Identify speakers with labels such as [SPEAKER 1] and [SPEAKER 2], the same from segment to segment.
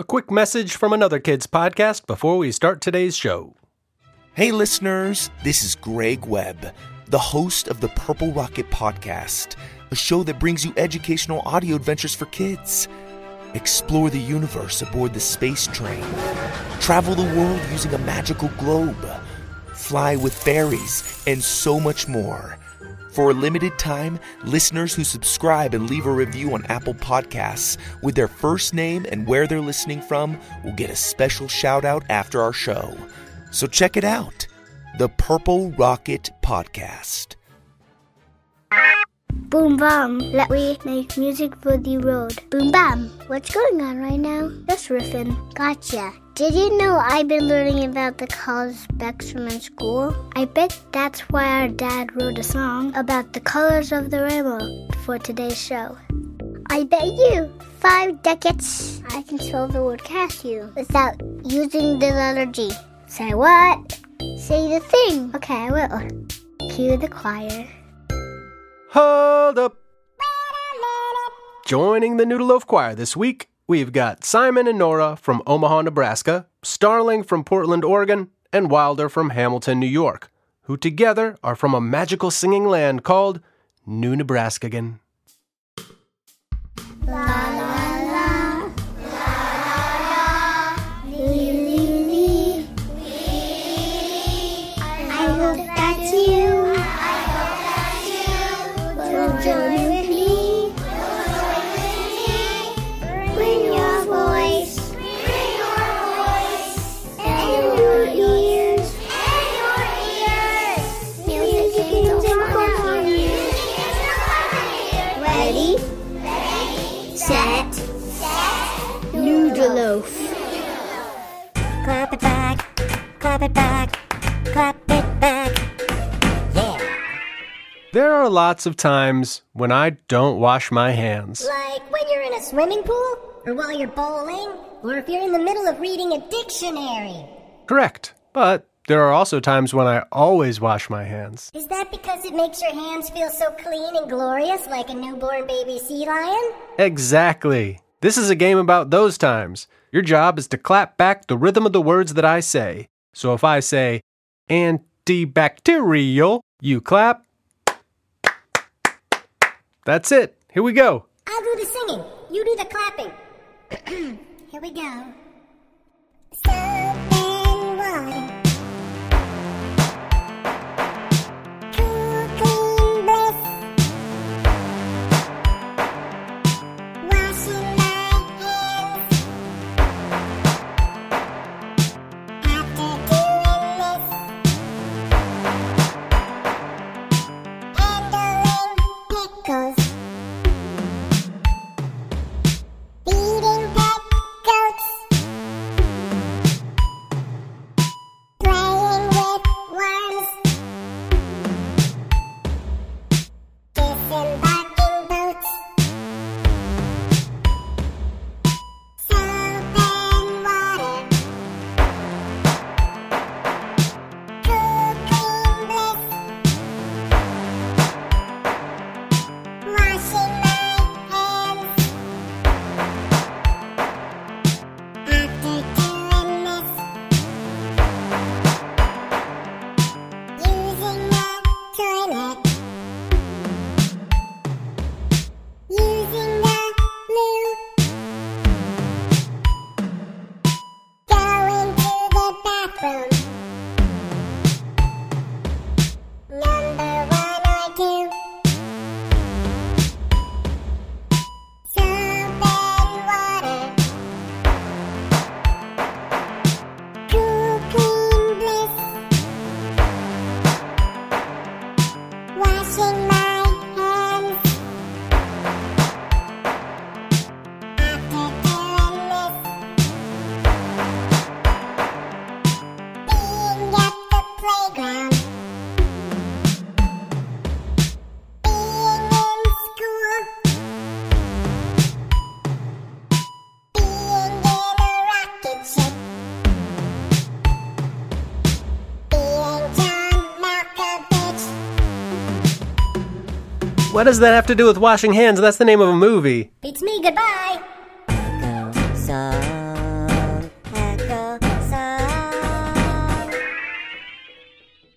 [SPEAKER 1] A quick message from another kids podcast before we start today's show.
[SPEAKER 2] Hey, listeners, this is Greg Webb, the host of the Purple Rocket Podcast, a show that brings you educational audio adventures for kids. Explore the universe aboard the space train, travel the world using a magical globe, fly with fairies, and so much more. For a limited time, listeners who subscribe and leave a review on Apple Podcasts with their first name and where they're listening from will get a special shout out after our show. So check it out the Purple Rocket Podcast.
[SPEAKER 3] Boom bam, let me make music for the road. Boom bam, what's going on right now? Just riffing. Gotcha. Did you know I've been learning about the color spectrum in school? I bet that's why our dad wrote a song about the colors of the rainbow for today's show. I bet you five decades I can spell the word cashew without using the letter G. Say what? Say the thing. Okay, I will. Cue the choir.
[SPEAKER 1] Hold up! Joining the Noodle Loaf Choir this week, we've got Simon and Nora from Omaha, Nebraska, Starling from Portland, Oregon, and Wilder from Hamilton, New York, who together are from a magical singing land called New Nebraskagan.
[SPEAKER 3] I hope that you. I hope that you will join with me. Bring your voice. Bring your voice. And your ears. And your ears. Music is a part of you. Ready? Ready. Set. Set. Noodle loaf.
[SPEAKER 4] Clap it back, clap it back, clap it back.
[SPEAKER 1] There are lots of times when I don't wash my hands.
[SPEAKER 4] Like when you're in a swimming pool, or while you're bowling, or if you're in the middle of reading a dictionary.
[SPEAKER 1] Correct. But there are also times when I always wash my hands.
[SPEAKER 4] Is that because it makes your hands feel so clean and glorious like a newborn baby sea lion?
[SPEAKER 1] Exactly. This is a game about those times. Your job is to clap back the rhythm of the words that I say. So if I say antibacterial, you clap. That's it. Here we go.
[SPEAKER 4] I'll do the singing, you do the clapping. Here we go. Soap and water. Cool, clean breath. Washing my hands. After doing this. Handling pickles. Feeding pet goats.
[SPEAKER 1] What does that have to do with washing hands? That's the name of a movie.
[SPEAKER 4] Beats me, goodbye.
[SPEAKER 5] Echo song, echo song.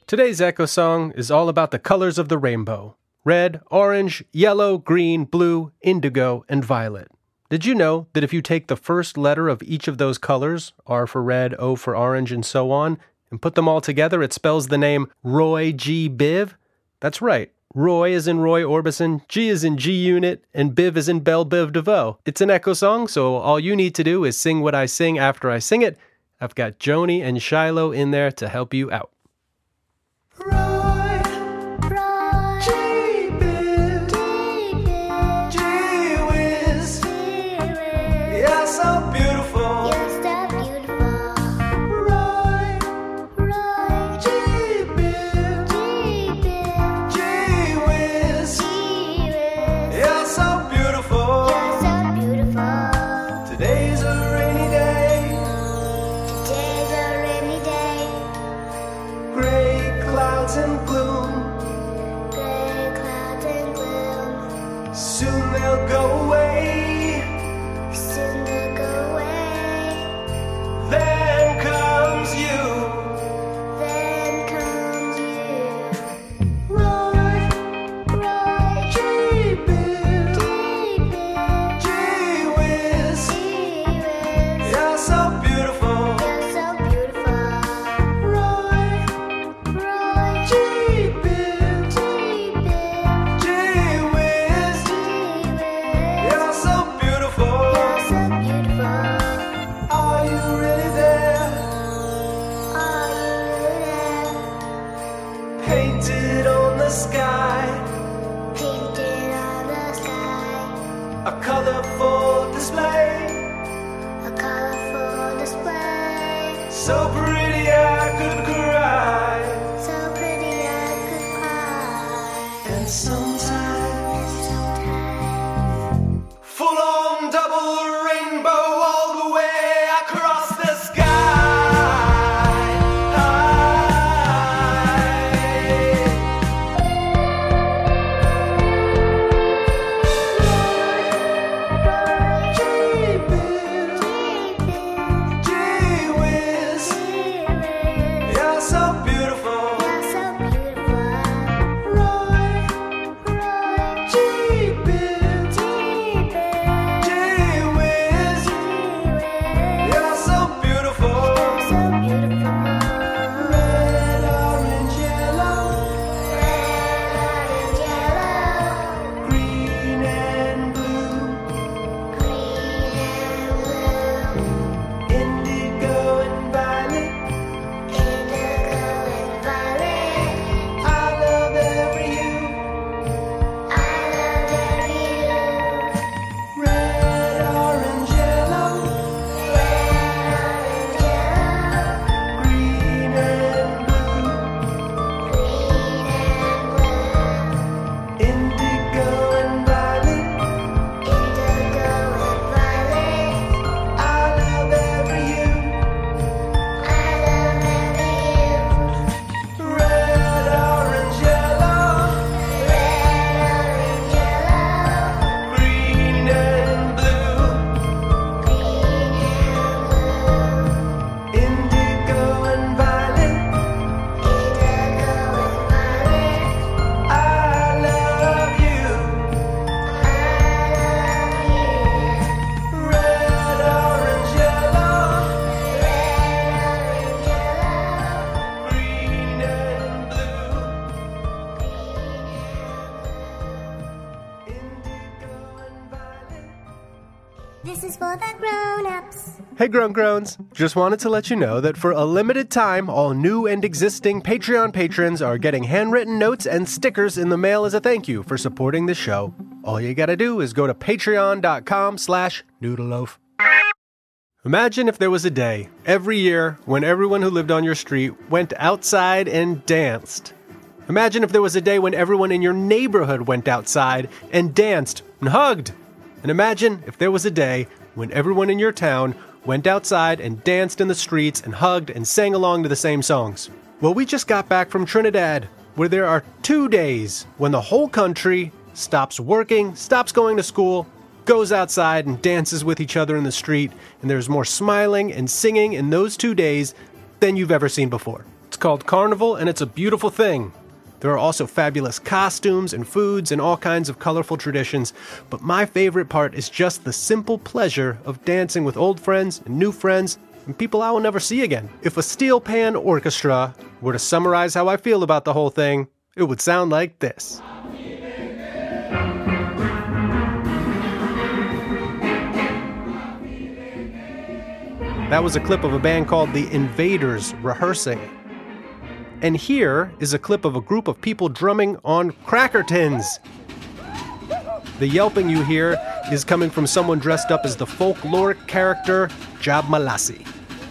[SPEAKER 1] Today's Echo Song is all about the colors of the rainbow red, orange, yellow, green, blue, indigo, and violet. Did you know that if you take the first letter of each of those colors, R for red, O for orange, and so on, and put them all together, it spells the name Roy G. Biv? That's right. Roy is in Roy Orbison, G is in G Unit, and Biv is in Belle Biv DeVoe. It's an echo song, so all you need to do is sing what I sing after I sing it. I've got Joni and Shiloh in there to help you out.
[SPEAKER 6] Today's a rainy day, gray clouds and gloom. Soon they'll go away. Then comes you. Gee whiz, you're so beautiful. Roy, gee biz, gee whiz, you're so beautiful. Are you really there? Painted on the sky,
[SPEAKER 3] Painted on the sky,
[SPEAKER 6] a colorful display.
[SPEAKER 3] a colorful display.
[SPEAKER 6] So pretty I could cry.
[SPEAKER 3] So pretty I could cry.
[SPEAKER 6] And sometimes, full on double rainbow all the way across the sky. You're so beautiful.
[SPEAKER 3] So beautiful.
[SPEAKER 6] I love every hue. Red, orange, yellow. Green and blue. Indigo and violet. I love every hue. Red, orange, yellow. Green and blue. Indigo and violet. I love you. Red, orange, yellow. Green and blue. Indigo and violet.
[SPEAKER 4] This is for the grown-ups.
[SPEAKER 1] Hey, Grown Groans! Just wanted to let you know that for a limited time, all new and existing Patreon patrons are getting handwritten notes and stickers in the mail as a thank you for supporting the show. All you gotta do is go to patreon.com slash noodleloaf. Imagine if there was a day, every year, when everyone who lived on your street went outside and danced. Imagine if there was a day when everyone in your neighborhood went outside and danced and hugged. And imagine if there was a day when everyone in your town went outside and danced in the streets and hugged and sang along to the same songs. Well, we just got back from Trinidad, where there are two days when the whole country stops working, stops going to school, goes outside and dances with each other in the street, and there's more smiling and singing in those two days than you've ever seen before. It's called Carnival, and it's a beautiful thing. There are also fabulous costumes and foods and all kinds of colorful traditions, but my favorite part is just the simple pleasure of dancing with old friends and new friends and people I will never see again. If a steel pan orchestra were to summarize how I feel about the whole thing, it would sound like this. That was a clip of a band called The Invaders rehearsing. And here is a clip of a group of people drumming on cracker tins. The yelping you hear is coming from someone dressed up as the folkloric character Jab Malasi,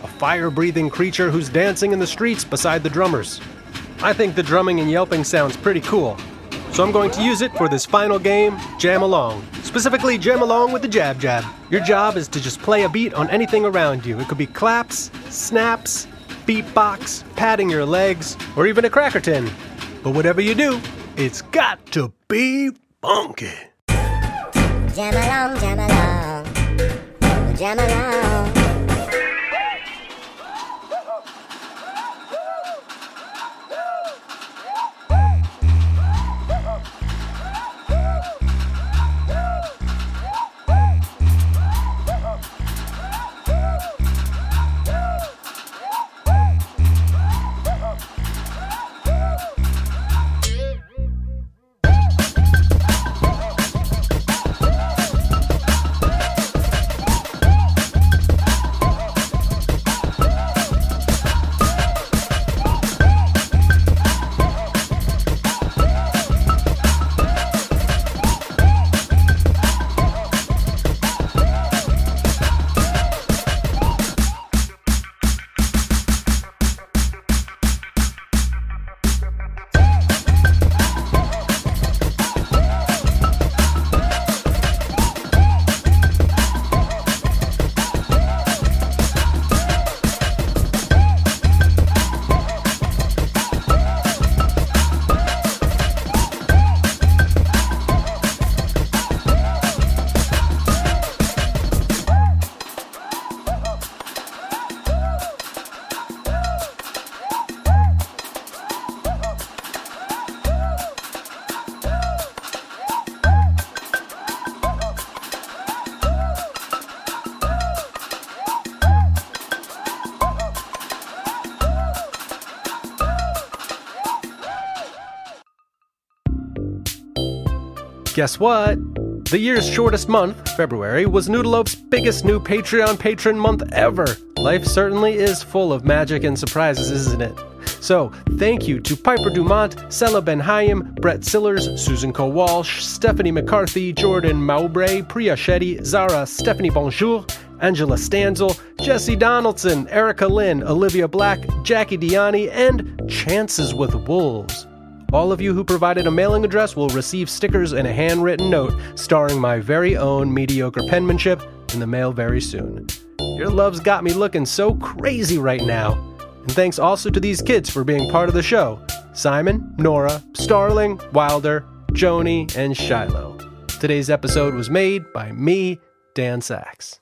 [SPEAKER 1] a fire breathing creature who's dancing in the streets beside the drummers. I think the drumming and yelping sounds pretty cool, so I'm going to use it for this final game, Jam Along. Specifically, Jam Along with the Jab Jab. Your job is to just play a beat on anything around you. It could be claps, snaps, beatbox, patting your legs, or even a cracker tin. But whatever you do, it's got to be funky.
[SPEAKER 5] Jam along, jam along, oh, jam along.
[SPEAKER 1] Guess what? The year's shortest month, February, was Noodlelope's biggest new Patreon patron month ever. Life certainly is full of magic and surprises, isn't it? So, thank you to Piper Dumont, Sela Ben Hayim, Brett Sillers, Susan Co. Walsh, Stephanie McCarthy, Jordan Maubre, Priya Shetty, Zara, Stephanie Bonjour, Angela Stanzel, Jesse Donaldson, Erica Lynn, Olivia Black, Jackie Diani, and Chances with Wolves. All of you who provided a mailing address will receive stickers and a handwritten note starring my very own mediocre penmanship in the mail very soon. Your love's got me looking so crazy right now. And thanks also to these kids for being part of the show Simon, Nora, Starling, Wilder, Joni, and Shiloh. Today's episode was made by me, Dan Sachs.